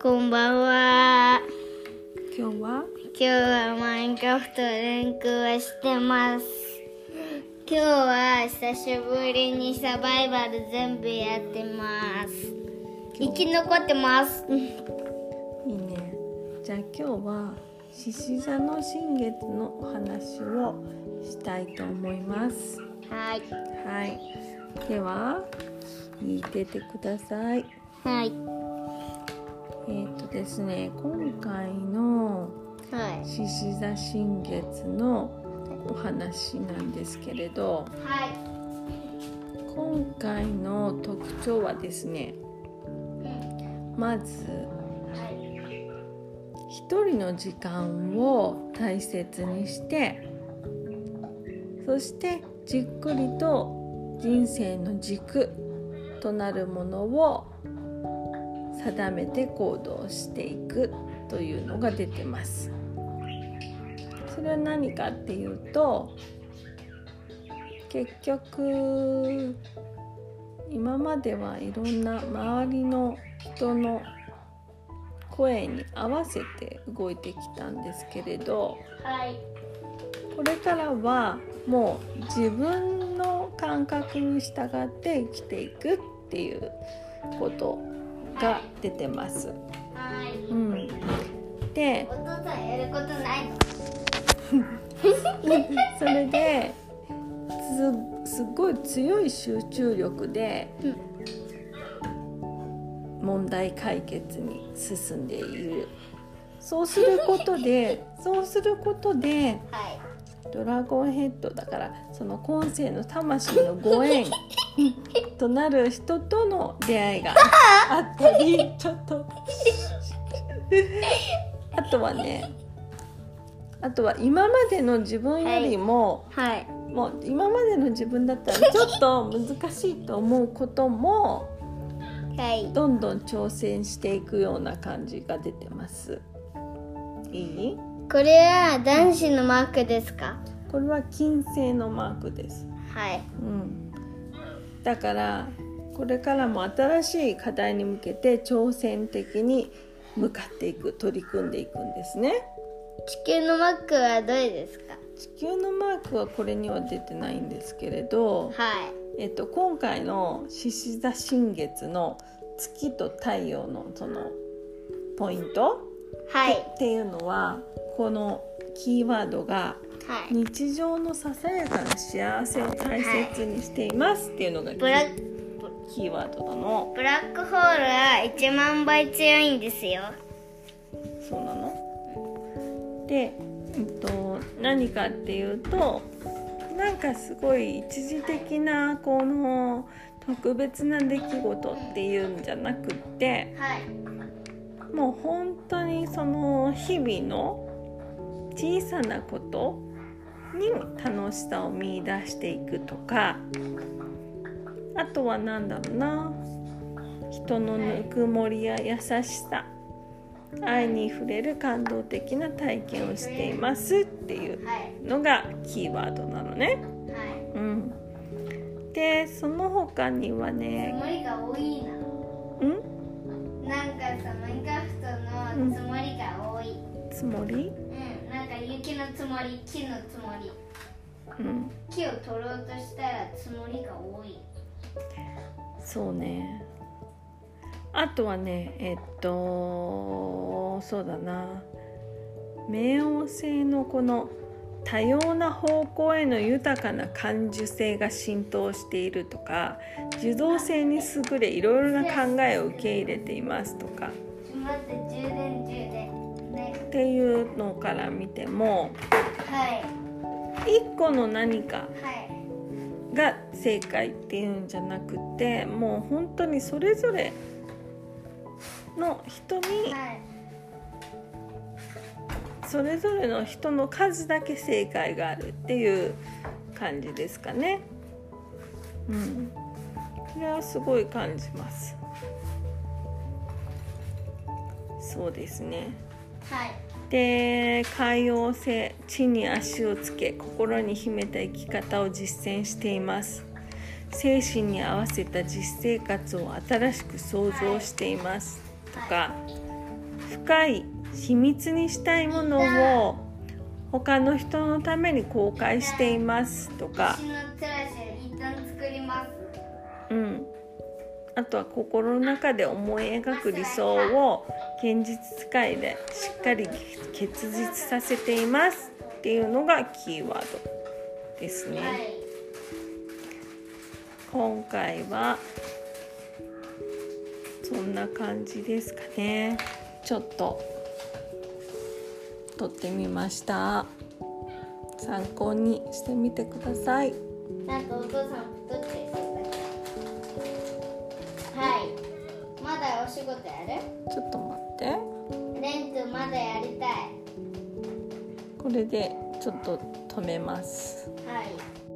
こんばんは。今日は今日はマインクラフトレンクはしてます。今日は久しぶりにサバイバル全部やってます。生き残ってます。いいねじゃあ今日は獅子座の新月のお話をしたいと思いますはい。はいでは聞いててくださいはい。えー、とですね今回のはい。獅子座新月のお話なんですけれどはい。今回の特徴はですねまずはい。一人の時間を大切にしてそしてじっくりと人生の軸となるものを定めて行動していくというのが出てます。それは何かっていうと結局今まではいろんな周りの人の声に合わせて動いてきたんですけれどはい。これからはもう自分の感覚に従って生きていくっていうことが出てます。はい。うん、でお父さんやることない。それですすっごい強い集中力でうん問題解決に進んでいるそうすることでそうすることではい。ドラゴンヘッドだからその今世の魂のご縁となる人との出会いがあったりちょっとあとはねあとは今までの自分よりも、はい。もう今までの自分だったらちょっと難しいと思うこともはい。どんどん挑戦していくような感じが出てます。いいこれは男子のマークですか。これは金星のマークです。はい。うん、だからこれからも新しい課題に向けて挑戦的に向かっていく取り組んでいくんですね地球のマークはどれですか。地球のマークはこれには出てないんですけれど、はい。えっと、今回の獅子座新月の月と太陽のそのポイント、はい。っていうのはこのキーワードがはい。日常のささやかな幸せを大切にしていますっていうのがキブラーキーワードなの。ブラックホールは1万倍強いんですよ。そうなので、えっと、何かっていうとなんかすごい一時的なこの特別な出来事っていうんじゃなくってはい。もう本当にその日々の小さなことに楽しさを見出していくとかあとは何だろうな人のぬくもりや優しさ愛に触れる感動的な体験をしていますっていうはい。のがキーワードなのね。はい。うん、でその他にはつねもりが多いな。んなんかさ、マインクラフトのつもりが多い。つもり、うん。なんか雪のつもり、木のつもり。うん、木を取ろうとしたらつもりが多い。そうねあとはねえっとそうだな冥王星のこの多様な方向への豊かな感受性が浸透しているとか受動性に優れいろいろな考えを受け入れていますとかちょ待って、充電充電。ね。っていうのから見てもはい。一個の何かはい。が正解っていうんじゃなくてもう本当にそれぞれの人にはい。それぞれの人の数だけ正解があるっていう感じですかね。うん、これはすごい感じます。そうですね。はい。で海王星地に足をつけ心に秘めた生き方を実践しています精神に合わせた実生活を新しく創造していますとか、深い秘密にしたいものを他の人のために公開していますとか私、のトラジェ一旦作りますうん、あとは心の中で思い描く理想を現実使いでしっかり結実させていますっていうのがキーワードですね。はい今回はそんな感じですかねちょっと撮ってみました参考にしてみてくださいなんかお父さん太ってるはいまだお仕事やるちょっと待ってレン君まだやりたいこれでちょっと止めますはい